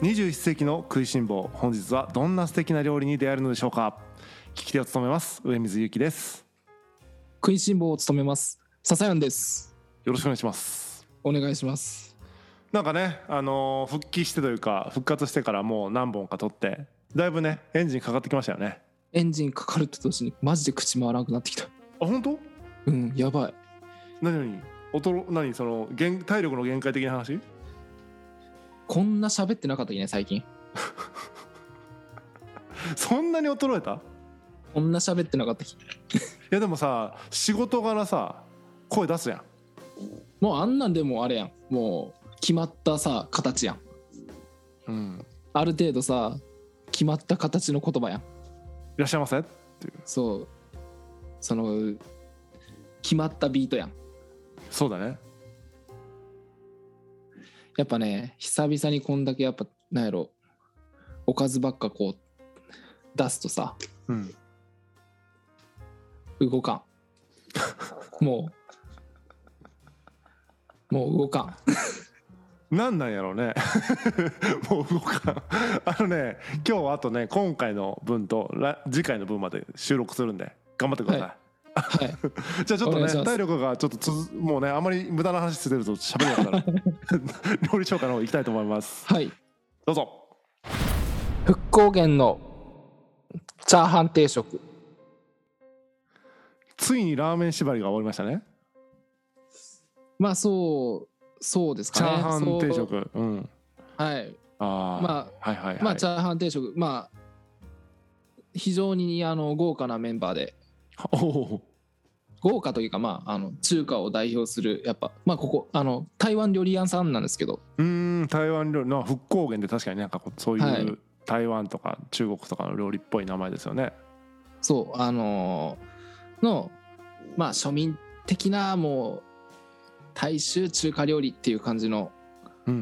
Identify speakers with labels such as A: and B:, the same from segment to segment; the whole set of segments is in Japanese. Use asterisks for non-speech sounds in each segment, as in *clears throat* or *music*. A: 21世紀の食いしん坊本日はどんな素敵な料理に出会えるのでしょうか聞き手を務めます上水ゆきです
B: 食いしん坊を務めます笹山です
A: よろしくお願いします
B: お願いします
A: なんかねあのー復帰してというか復活してからもう何本か撮ってだいぶねエンジンかかってきましたよね
B: エンジンかかると同時にマジで口回らなくなってきた
A: あ本当
B: うんやばい
A: 何何衰何その限体力の限界的な話
B: こんな喋ってなかったっけね最近
A: そんなに衰えたい
B: こんな喋ってなかったっけ
A: やでもさ仕事柄さ声出すやん
B: もうあんなんでもあれやんもう決まったさ形やん
A: うん
B: ある程度さ決まった形の言葉やん
A: いらっしゃいませ
B: そうその決まったビートやん
A: そうだね
B: やっぱね久々にこんだけやっぱなんやろおかずばっかこう出すとさ
A: うん
B: 動かんもうもう動かん
A: なんなんやろうね *laughs* もう動かんあのね今日はあとね今回の分と来次回の分まで収録するんで頑張ってください、
B: ははい
A: じゃあちょっと
B: お
A: ね
B: 願いします
A: 体力がちょっとつづもうねあまり無駄な話してると喋れなくな
B: *laughs*
A: る料理紹介の方行きたいと思います
B: はい
A: どうぞ
B: 復興源のチャーハン定食
A: ついにラーメン縛りが終わりましたね
B: まあそうそうですか
A: チ
B: ね
A: ャーハン定
B: そう
A: 食うん
B: はい
A: ああ、
B: ま
A: はいはいはい、
B: まあチャーハン定食まあ非常にあの豪華なメンバーで
A: おお
B: 豪華というかまああの中華を代表するやっぱまあここあの台湾料理屋さんなんですけど
A: うーん台湾料理の復興源で確かになんかこうそういう、
B: はい
A: 台湾とか中国とかの料理っぽい名前ですよね
B: そうあのーのまあ庶民的なもう大衆中華料理っていう感じの、
A: うん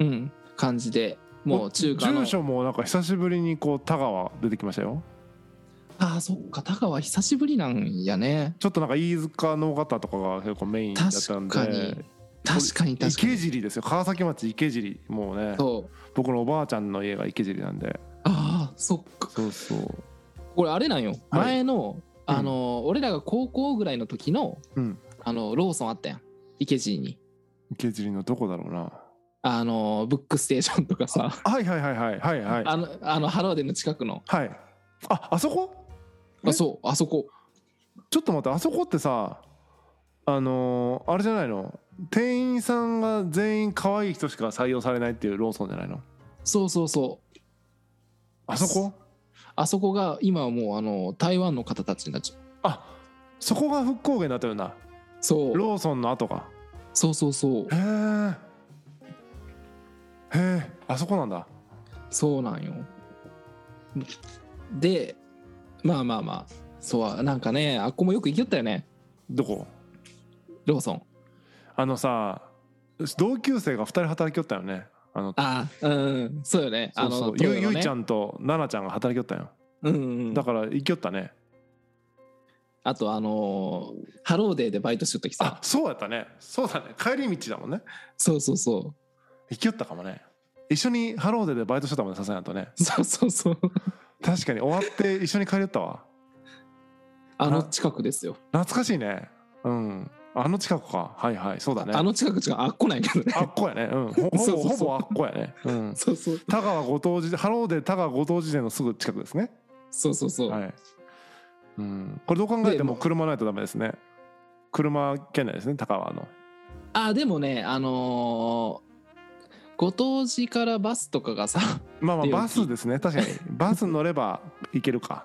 A: うんうん
B: うん、感じでもう中華の
A: 住所もなんか久しぶりにこう田川出てきましたよ
B: ああそっか田川久しぶりなんやね
A: ちょっとなんか飯塚の方とかが結構メインだったんで
B: 確かに確かに確かに
A: 池尻ですよ川崎町池尻もうね
B: そう
A: 僕のおばあちゃんの家が池尻なんで
B: ああそっか
A: そうそう
B: これあれなんよ
A: はい
B: 前の、あのー俺らが高校ぐらいの時の
A: うん
B: あのローソンあったやん池尻に
A: 池尻のどこだろうな
B: あのーブックステーションとかさ
A: はいはいはいはいはいはい
B: あのあのハローデンの近くの
A: はいああそこえ
B: あそうあそこ
A: ちょっと待ってあそこってさあのーあれじゃないの店員さんが全員可愛い人しか採用されないっていうローソンじゃないの
B: そうそうそう
A: あそこ
B: あそこが今はもうあの台湾の方たちになっちゃう。
A: あそこが復興源だったよな
B: そう
A: ローソンの後か
B: そうそうそう
A: へえへえあそこなんだ
B: そうなんよ。でまあまあまあそうなんかねあっこもよく行きよったよね
A: どこ
B: ローソン。
A: あのさ同級生が2人働きよったよねあの
B: あうんそうよね。
A: そうそう
B: あの
A: ゆゆいちゃ
B: ん。
A: んとななちゃんが働きよったよ、
B: うんうん、
A: だから行きよったね
B: あとあのーハローデーでバイトしよったき
A: あ
B: さ
A: そうやったねそうだね帰り道だもんね
B: そうそうそ
A: 行きよったかもね一緒にハローデーでバイトしてたもんねささやんとね
B: うそうそうそう
A: 確かに終わって一緒に帰りよったわ
B: あの近くですよ。
A: 懐かしいねうんあの近くかはいはいそうだね
B: あの近く違うあっこないけどね。
A: あっこやねうんほほぼ
B: *laughs* そうそうそう
A: ほぼあっこやねうん
B: そうそう
A: 田川ご当地ハローで田川ご当地店のすぐ近くですね。
B: そうそうそう。
A: はい。うん、これどう考えて
B: で
A: も
B: も
A: 車ないとダメですね。車圏内ですね、高川の。
B: あでもねあのーご当地からバスとかがさ *laughs*
A: まあまあ
B: で
A: バスですね、確かに。 *laughs* バス乗れば行けるか。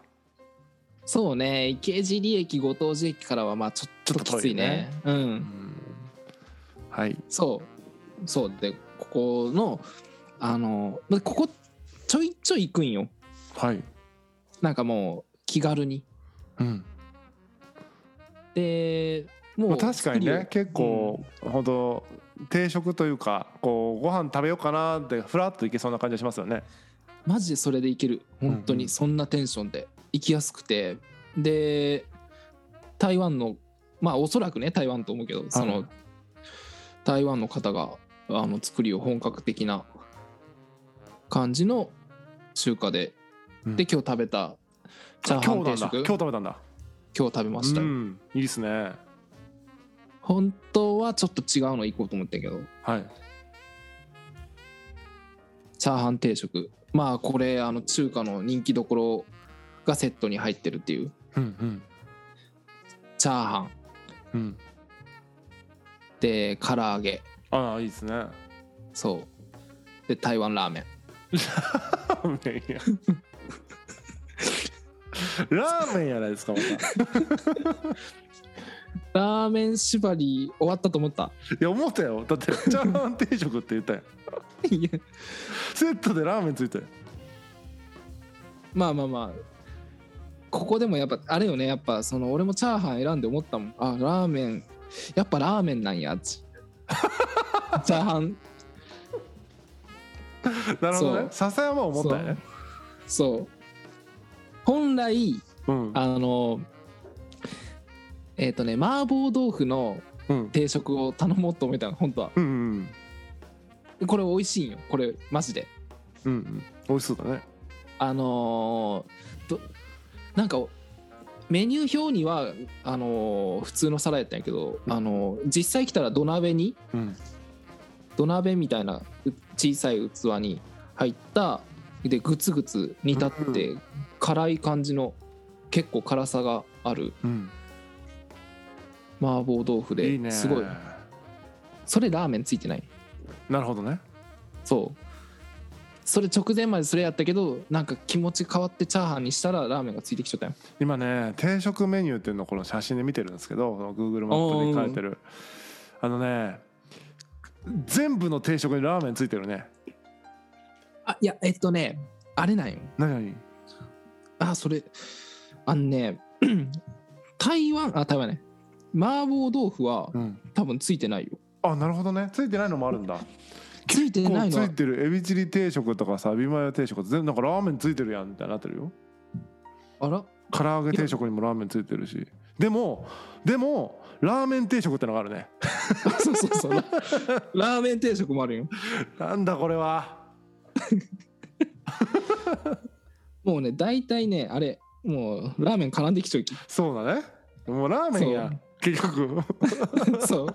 B: そうね池尻駅ご当地駅からはまあちょ
A: ちょ
B: っ
A: っ
B: と
A: と
B: き
A: 遠
B: つ
A: い
B: いね
A: ね
B: う
A: うんん、はい。
B: そうそうでここのあのーまここちょいちょい行くんよ
A: はい。
B: なんかもう気軽に
A: うん。
B: で
A: ま
B: も
A: あ、
B: う
A: 確かにね、結構、本当定食というか、こうご飯食べようかなって、ふらっと行けそうな感じがしますよね。
B: マジでそれでいける本当
A: うんうん
B: にそんなテンションで行きやすくてで台湾のまあおそらくね台湾と思うけどその台湾の方があの作りを本格的な感じの中華で、
A: うん
B: で今日食べたチャーハン
A: 今日なんだ
B: 定食
A: 今日
B: 今日
A: 食べたんだ
B: 食べました、
A: うんいいっすね
B: 本当はちょっと違うの行こうと思ってんけど
A: はい
B: チャーハン定食まあこれあの中華の人気どころがセットに入ってるっていう
A: うん
B: チャーハン
A: うんうん
B: で唐揚げ
A: ああいいっすね
B: そうで台湾ラーメン
A: ラーメンや *laughs* ラーメンやないですかま *laughs* たい
B: ラーメン縛り終わったと思った
A: や思ったよだってチャーハン定食って言ったよ
B: いや
A: セットでラーメンついたよ
B: *laughs* まあまあまあここでもやっぱあれよねやっぱその俺もチャーハン選んで思ったもんあラーメンやっぱラーメンなんや *laughs* ちチャーハン
A: なるほどね笹山は思ったよね
B: そう本来
A: うん
B: あのえっ、とね麻婆豆腐の
A: うん
B: 定食を頼もうと思ったの本当は
A: うんうん
B: これ美味しいんよこれマジで
A: うんうん美味しそうだね
B: あのーどなんかメニュー表にはあのー普通の皿やったんやけど、あのー実際来たら土鍋に
A: うん
B: 土鍋みたいなう小さい器に入ったでグツグツ煮立って辛い感じの結構辛さがある
A: うん
B: 麻婆豆腐
A: いいね
B: ですごいそれラーメンついてない
A: なるほどね
B: そうそれ直前までそれやったけどなんか気持ち変わってチャーハンにしたらラーメンがついてきちゃったよ
A: 今ね定食メニューっていうのをこの写真で見てるんですけどその Google マップに書いてるあのね全部の定食にラーメンついてるね
B: あいやえっとねあれなんよ
A: 何々
B: あそれあのね *clears throat* 台湾あ台湾ね麻婆豆腐は
A: うん
B: 多分ついてないよ
A: あなるほどねついてないのもあるんだ
B: ついて
A: こ
B: な
A: う
B: い
A: つ
B: のはい
A: てるエビチリ定食とかさビマヨ定食全部なんかラーメンついてるやんみたいになってるよ
B: あら *laughs*
A: 唐揚げ定食にもラーメンついてるしでもでもラーメン定食ってのがあるね *laughs*
B: そうそうそう。ララーメン定食もあるよ。
A: なんだこれは
B: もうね、大体ね、あれ、もうラーメン絡んできち
A: *laughs*
B: ゃうき。
A: そうだねもうラーメンや
B: そう
A: 結局 *laughs*
B: そう。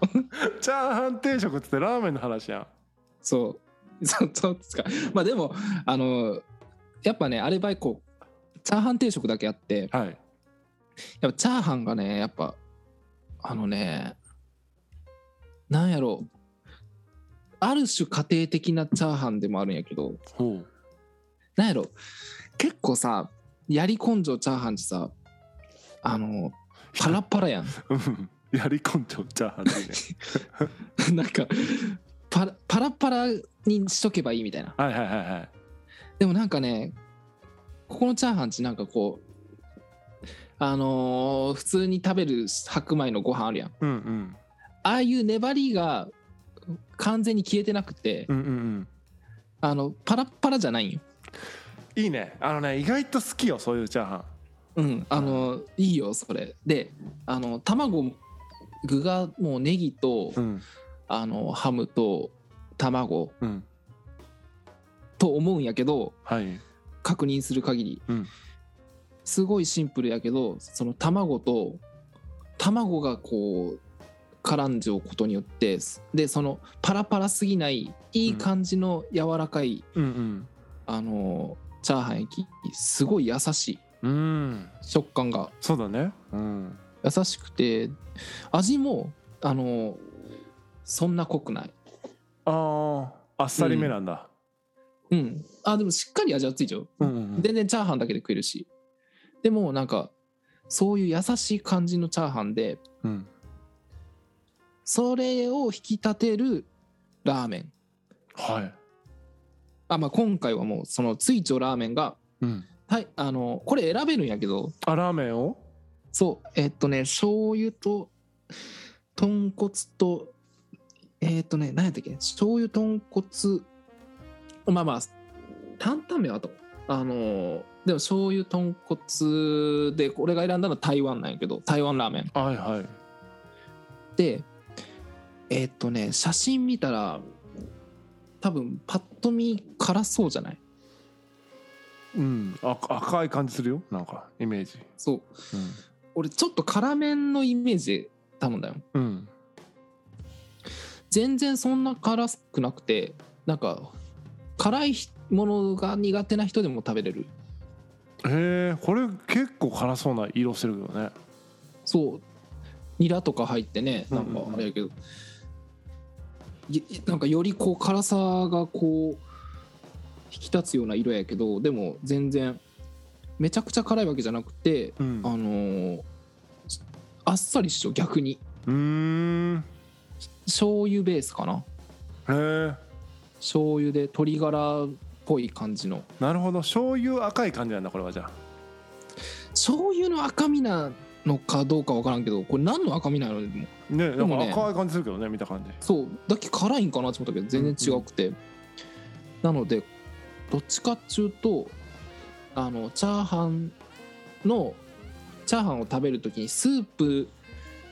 A: チャーハン定食っつってラーメンの話やん
B: そう。そうそうですか。まあでも、あの、やっぱね、あればいこう、チャーハン定食だけあって、
A: はい
B: やっぱチャーハンがね、やっぱ、あのね、なんやろう。ある種家庭的なチャーハンでもあるんやけど、
A: ほう
B: なんやろ結構さ、やり根性チャーハンってさ、あの、パラッパラやん。
A: うんやり込んじゃうチャーハン
B: *laughs*
A: でいいね
B: なん *laughs* かパラパラパラにしとけばいいみたいな
A: はいはいはいはい
B: でもなんかねここのチャーハンちなんかこうあのー普通に食べる白米のご飯あるやんあ
A: うんうん
B: あいう粘りが完全に消えてなくて、
A: うんうんうん
B: あのパラッパラじゃないんよ
A: いいねあのね意外と好きよそういうチャーハン
B: うんあのーいいよそれであの卵具がもうネギと、
A: ん
B: あのハムと卵
A: うん
B: と思うんやけど
A: はい
B: 確認する限り、
A: うん
B: すごいシンプルやけどその卵と卵がこう絡んじゃうことによってでそのパラパラすぎないいい感じの柔らかい、
A: うん
B: あのチャーハン焼きすごい優しい
A: うんうん
B: 食感が
A: そうだねうん
B: 優しくて味もあのそんな濃くない
A: あーあっさりめなんだ
B: うんあでもしっかり味はついちゃう
A: うんうんうん
B: 全然チャーハンだけで食えるしでもなんかそういう優しい感じのチャーハンで
A: うん
B: それを引き立てるラーメン。
A: はい
B: あまあ、今回はもうその追徴ラーメンが、
A: うん
B: はい、あのこれ選べるんやけど
A: あラーメンを
B: そうえっとね醤油と豚骨とえっとね何やったっけ醤油豚骨まあまあ担々麺はあとあのでも醤油豚骨で俺が選んだのは台湾なんやけど台湾ラーメン
A: はいはい
B: でえっとね写真見たら多分パッと見辛そうじゃない
A: うん、あ赤い感じするよなんかイメージ
B: そう俺ちょっと辛麺のイメージで頼んだよ
A: うん、うん、
B: 全然そんな辛くなくてなんか辛いものが苦手な人でも食べれる
A: へえこれ結構辛そうな色してるけどね
B: そうニラとか入ってねなんか
A: うんうんうん
B: あれやけど、いいなんかよりこう辛さがこう引き立つような色やけどでも全然めちゃくちゃ辛いわけじゃなくて、
A: うん
B: あのーあっさりっしょ逆に
A: うーん
B: 醤油ベースかな
A: へえ
B: 醤油で鶏ガラっぽい感じの
A: なるほど醤油赤い感じなんだこれはじゃあ
B: 醤油の赤身なのかどうかわからんけどこれ何の赤身なのでも
A: ねなん
B: も
A: か
B: ね
A: 赤い感じするけどね見た感じ
B: そうだけ辛いんかなと思ったけど全然違くて、なのでどっちかっちゅうとあのチャーハンのチャーハンを食べる時にスープ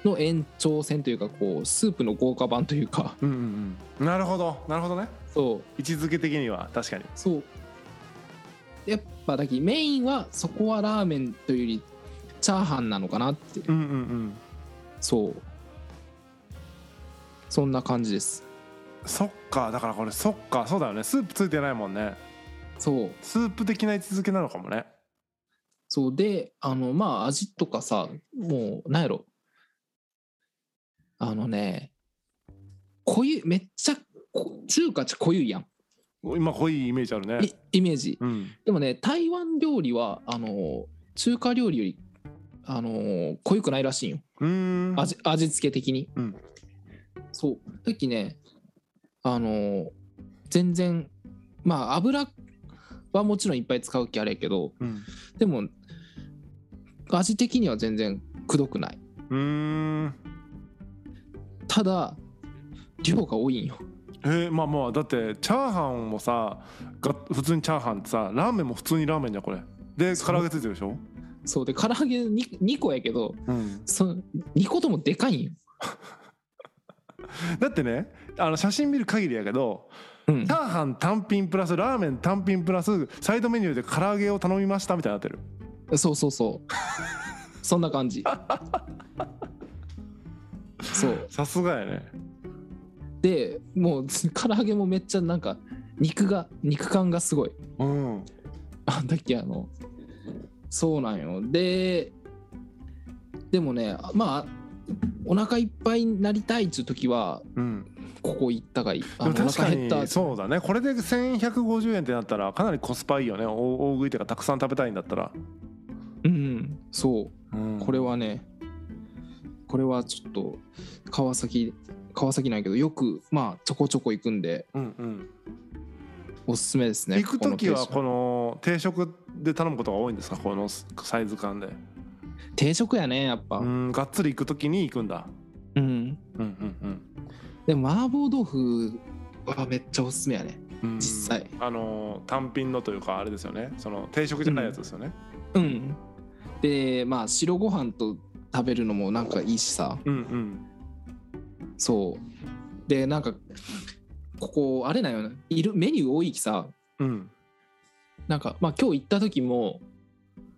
B: の延長線というかこうスープの豪華版というか *laughs*
A: うんうんうんなるほどなるほどね
B: そう
A: 位置づけ的には確かに
B: そうやっぱだけメインはそこはラーメンというよりチャーハンなのかなって
A: うんうんうん
B: そうそんな感じです
A: そっかだからこれそっかそうだよねスープついてないもんね
B: そう
A: スープ的な位置づけなのかもね
B: そうであのまあ味とかさもうなんやろあのね濃ゆいめっちゃこ中華ち濃ゆいやん
A: 今濃いイメージあるね
B: いイメージ
A: うん
B: でもね台湾料理はあの中華料理よりあの濃ゆくないらしいんよ
A: うーん
B: 味味付け的に、
A: うん
B: そうさっきねあの全然まあ油はもちろんいっぱい使う気あれやけど
A: うん
B: でも味的には全然くどくないう
A: ーん
B: ただ量が多いんよ
A: えー、まあまあだってチャーハンもさが普通にチャーハンってさラーメンも普通にラーメンじゃんこれで
B: そう
A: 唐揚げついてるでしょ
B: そうで唐揚げ 2, 個やけど
A: うん
B: その2個ともでかいんよ、
A: だってねあの写真見る限りやけど
B: うん
A: チ、ャーハン単品プラスラーメン単品プラスサイドメニューで唐揚げを頼みましたみたいになってる
B: そうそうそうそんな
A: *laughs*
B: 感じそう
A: さすがやね
B: でもう *laughs* 唐揚げもめっちゃなんか肉が肉感がすごい *laughs*
A: うん
B: あだっけあのそうなんよででもねまあお腹いっぱいになりたいっつう時は
A: うん
B: ここ行ったがいい
A: で
B: あ
A: も
B: のお
A: 確か
B: 腹減った
A: にそうだねこれで1150円ってなったらかなりコスパいいよね大大食いというかたくさん食べたいんだったら、
B: うんうんそう
A: うん、
B: これはねこれはちょっと川崎川崎なんやけどよくまあちょこちょこ行くんで
A: うんうん
B: おすすめですね
A: 行く時は
B: こ
A: こ
B: の
A: の定食で頼むことが多いんですかこのサイズ感で
B: 定食やねやっぱ
A: う
B: うん、
A: んがっつり行く時に行くんだうんうん
B: でも麻婆豆腐はめっちゃおすすめやね
A: うんうん
B: 実際
A: あの単品のというかあれですよねその定食じゃないやつですよね
B: うんでまあ白ご飯と食べるのもなんかいいしさ
A: うんうん
B: そうでなんかここあれなんよねいるメニュー多いきさ
A: うん
B: なんかまあ今日行った時も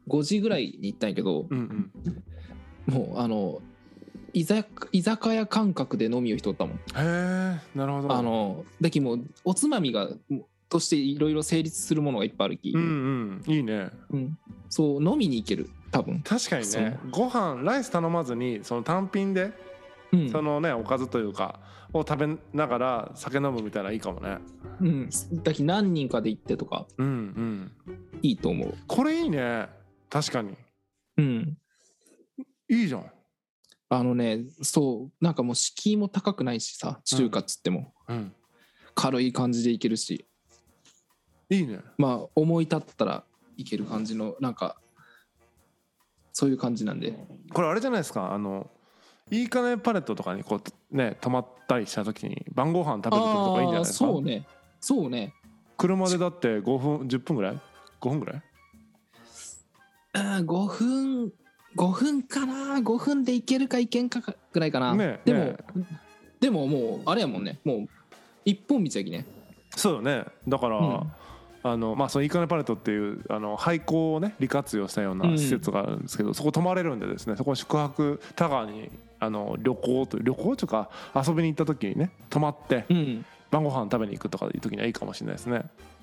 B: 5時ぐらいに行ったんやけど、
A: うんうん
B: もうあの居酒居酒屋感覚で飲みをしとったもん、
A: へえなるほど
B: あのだきもうおつまみがもうとしていろいろ成立するものがいっぱいあるき、
A: うんうんいいね
B: うんそう飲みに行ける多分、
A: 確かに
B: そう
A: ねご飯ライス頼まずにその単品で
B: うん
A: そのねおかずというかを食べながら酒飲むみたいないいかもね
B: うん、だき何人かで行ってとか
A: うんうん
B: いいと思う、
A: これいいね確かに
B: うん、
A: いいじゃん
B: あのねそうなんかもう敷居も高くないしさ中華っつっても、
A: うん
B: 軽い感じで行けるし
A: いいね
B: まあ思い立ったらいける感じのなんかそういう感じなんで
A: これあれじゃないですかあのいいかねパレットとかにこうね泊まったりした時に晩ご飯食べる時とかいいんじゃない
B: あー
A: ですか
B: そうねそうね
A: 車でだって5分10分ぐらい5分ぐらい
B: あー5分5分かな5分でいけるかいけんかぐらいかな、
A: ねえ
B: でも、
A: ね
B: でももうあれやもんねもう一本道やきね
A: そうよねだから、
B: うん
A: あのまあ、そのイカネパレットっていうあの廃校をね利活用したような施設があるんですけど、そこ泊まれるんでですねそこ宿泊タガーにあの旅行と旅行というか遊びに行った時にね泊まって
B: うん
A: 晩ご飯食べに行くとかいう時にはいいかもしれないですね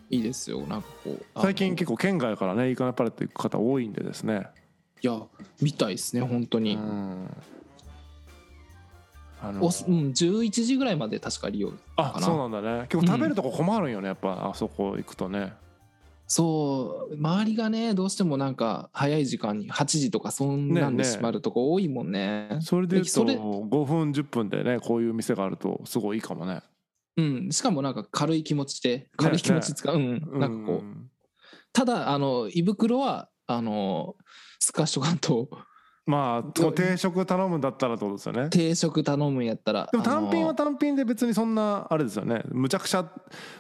B: いいですよなんかこうあの
A: 最近結構県外からねイカネパレット行く方多いんでですね
B: いや見たいですね本当
A: う
B: に、
A: んあの
B: おすうん、11時ぐらいまで確か利用
A: あ
B: かな
A: そうなんだね結構食べるとこ困るんよねやっぱあそこ行くとね
B: そう周りがねどうしてもなんか早い時間に8時とかそんなん
A: ねえね
B: で
A: え
B: 閉まるとこ多いもんね
A: それで言うと
B: それ
A: 5分10分でねこういう店があるとすごいいいかもね
B: うんしかもなんか軽い気持ちで軽い気持ち使う、うんなんかこう、
A: うん
B: ただあの胃袋はあのスカッシュンと
A: まあと定食頼むんだったらってことですよね
B: 定食頼むんやったら
A: でも単品
B: あ
A: は
B: の
A: 単品で別にそんなあれですよねむちゃくちゃ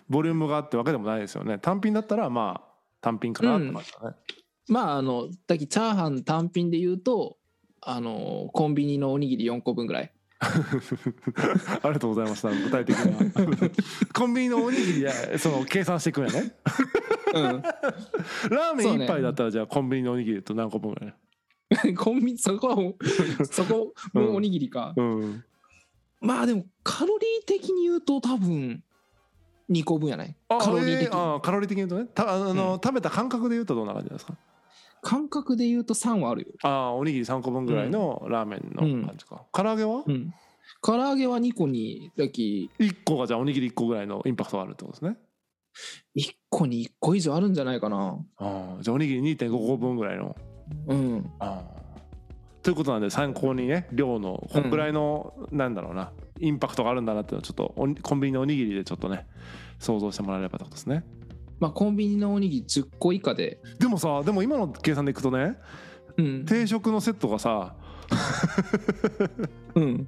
A: ボリュームがあってわけでもないですよね単品だったらまあ単品かなって感じ *laughs* だね、
B: まああのだきチャーハン単品で言うとあのコンビニのおにぎり4個分ぐらい
A: ありがとうございました具体的な *laughs* コンビニのおにぎりでその計算していくんやね
B: う
A: ラーメ
B: そう
A: ン
B: ね
A: 一杯だったらじゃあコンビニのおにぎりと何個分ぐらい
B: ん *laughs* コンビニそこはも *laughs* うそこもうおにぎりか、
A: うん
B: まあでもカロリー的に言うと多分2個分やない
A: あ
B: カロリー的
A: えーあカロリー的に言うとねたあの、食べた感覚で言うとどんな感じですか
B: 感覚で言うと3はあるよ、
A: ああおにぎり3個分ぐらいのラーメンの感じか、唐揚げは、
B: うん、唐揚げは2個にだき
A: 1個がじゃあおにぎり1個ぐらいのインパクトがあるってことですね
B: 1個に1個以上あるんじゃないかな
A: ああじゃあおにぎり2.5個分ぐらいの
B: うん
A: ああということなんで参考にね量のこんぐらいの、なんだろうなインパクトがあるんだなっていうのをちょっとおにコンビニのおにぎりでちょっとね想像してもらえればってことですね
B: まあコンビニのおにぎり10個以下で
A: でもさでも今の計算でいくとね
B: うん、
A: 定食のセットが
B: *laughs*
A: さ
B: うん、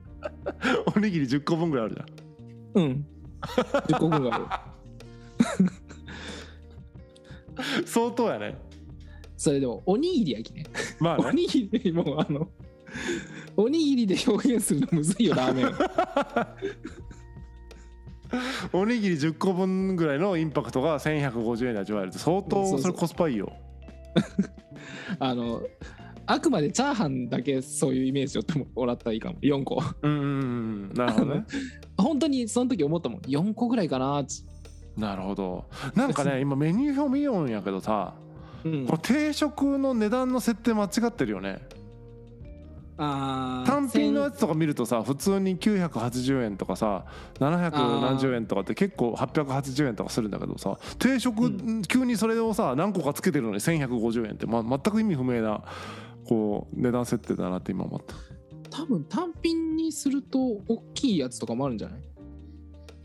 A: おにぎり10個分ぐらいあるじゃん
B: うん。10個分ぐらいある。
A: 相当やね
B: それでも、おにぎりやきね。
A: まあ
B: お
A: ね
B: にぎりでも、あの、おにぎりで表現するのむずいよ、ラーメン。
A: おにぎり10個分ぐらいのインパクトが1150円で味わえるって相
B: そうそ
A: 当
B: う
A: それコスパいいよ
B: あの、あくまでチャーハンだけそういうイメージをってもらったらいいかも。4個。
A: うんうんうんなるほど
B: *laughs*
A: ね
B: 本当にその時思ったもん。4個ぐらいかな。
A: なるほどなんかね今メニュー表見ようんやけどさ
B: うん
A: この。定食の値段の設定間違ってるよね
B: あー
A: 単品のやつとか見るとさ普通に980円とかさ700何十円とかって結構880円とかするんだけどさ定食、
B: うん
A: 急にそれをさ何個かつけてるのに1150円って、ま、全く意味不明なこう値段設定だなって今思った
B: 多分単品にすると大きいやつとかもあるんじゃない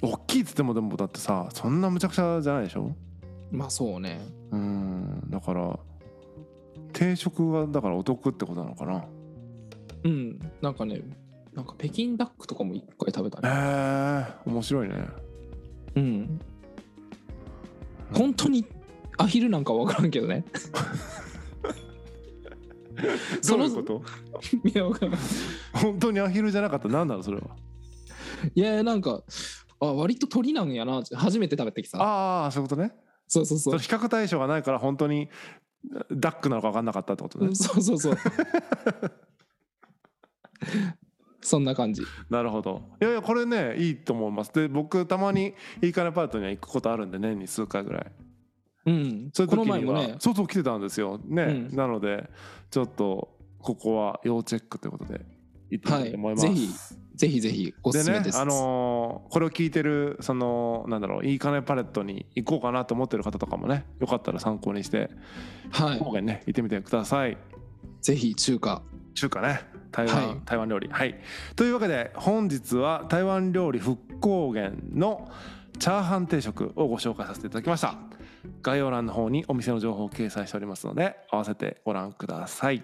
A: 大きいっつってもでもだってさそんなむちゃくちゃじゃないでしょ
B: まあそうね。
A: うんだから定食がだからお得ってことなのかな
B: うん。なんかね、なんか北京ダックとかも1回食べたね。
A: へえ面白いね
B: うん。本当にアヒルなんかわからんけ
A: *laughs*
B: どね。その
A: どういう
B: *laughs*
A: こと
B: いや、わからん。い
A: 本当にアヒルじゃなかった何なのそれは
B: やいや、なんか、あ、割と鳥なんやな。初めて食べてきた。
A: ああそういうことね
B: そうそうそ
A: そうれ。比較対象がないから本当にダックなのか分かんなかったってこと
B: う
A: ね
B: ん、そうそ
A: *laughs*
B: うそう。そんな感じ。
A: なるほどいやいやこれねいいと思いますで僕たまにいいかねパートには行くことあるんで年に数回ぐらい
B: うん。
A: そういう
B: こ
A: 時
B: の
A: には
B: 前もね、
A: そうそう来てたんですよね、
B: うん
A: なのでちょっとここは要チェックということで行ってみたいと思います、
B: はいぜひぜひぜひおすす
A: で
B: め
A: ね
B: です。
A: あのーこれを聞いてるそのなんだろういいかねパレットに行こうかなと思ってる方とかもねよかったら参考にして
B: はい。
A: 今回ね行ってみてください
B: ぜひ中華。
A: 中華ね台湾、
B: はい
A: 台湾料理はいというわけで本日は台湾料理復興園のチャーハン定食をご紹介させていただきました概要欄の方にお店の情報を掲載しておりますので合わせてご覧ください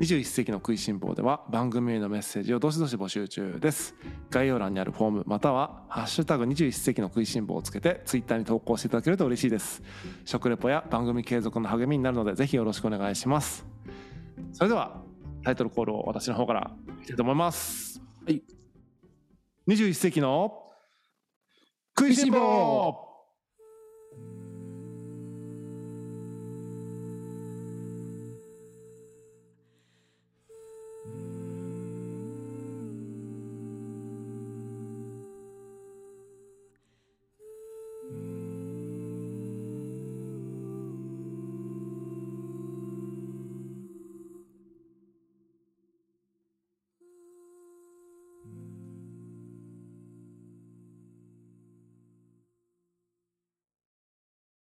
A: 21世紀の食いしん坊では番組へのメッセージをどしどし募集中です概要欄にあるフォームまたは「ハッシュタグ #21 世紀の食いしん坊」をつけてツイッターに投稿していただけると嬉しいです食レポや番組継続の励みになるのでぜひよろしくお願いしますそれではタイトルコールを私の方からいきたいと思います。
B: はい。
A: 21世紀の食いしん坊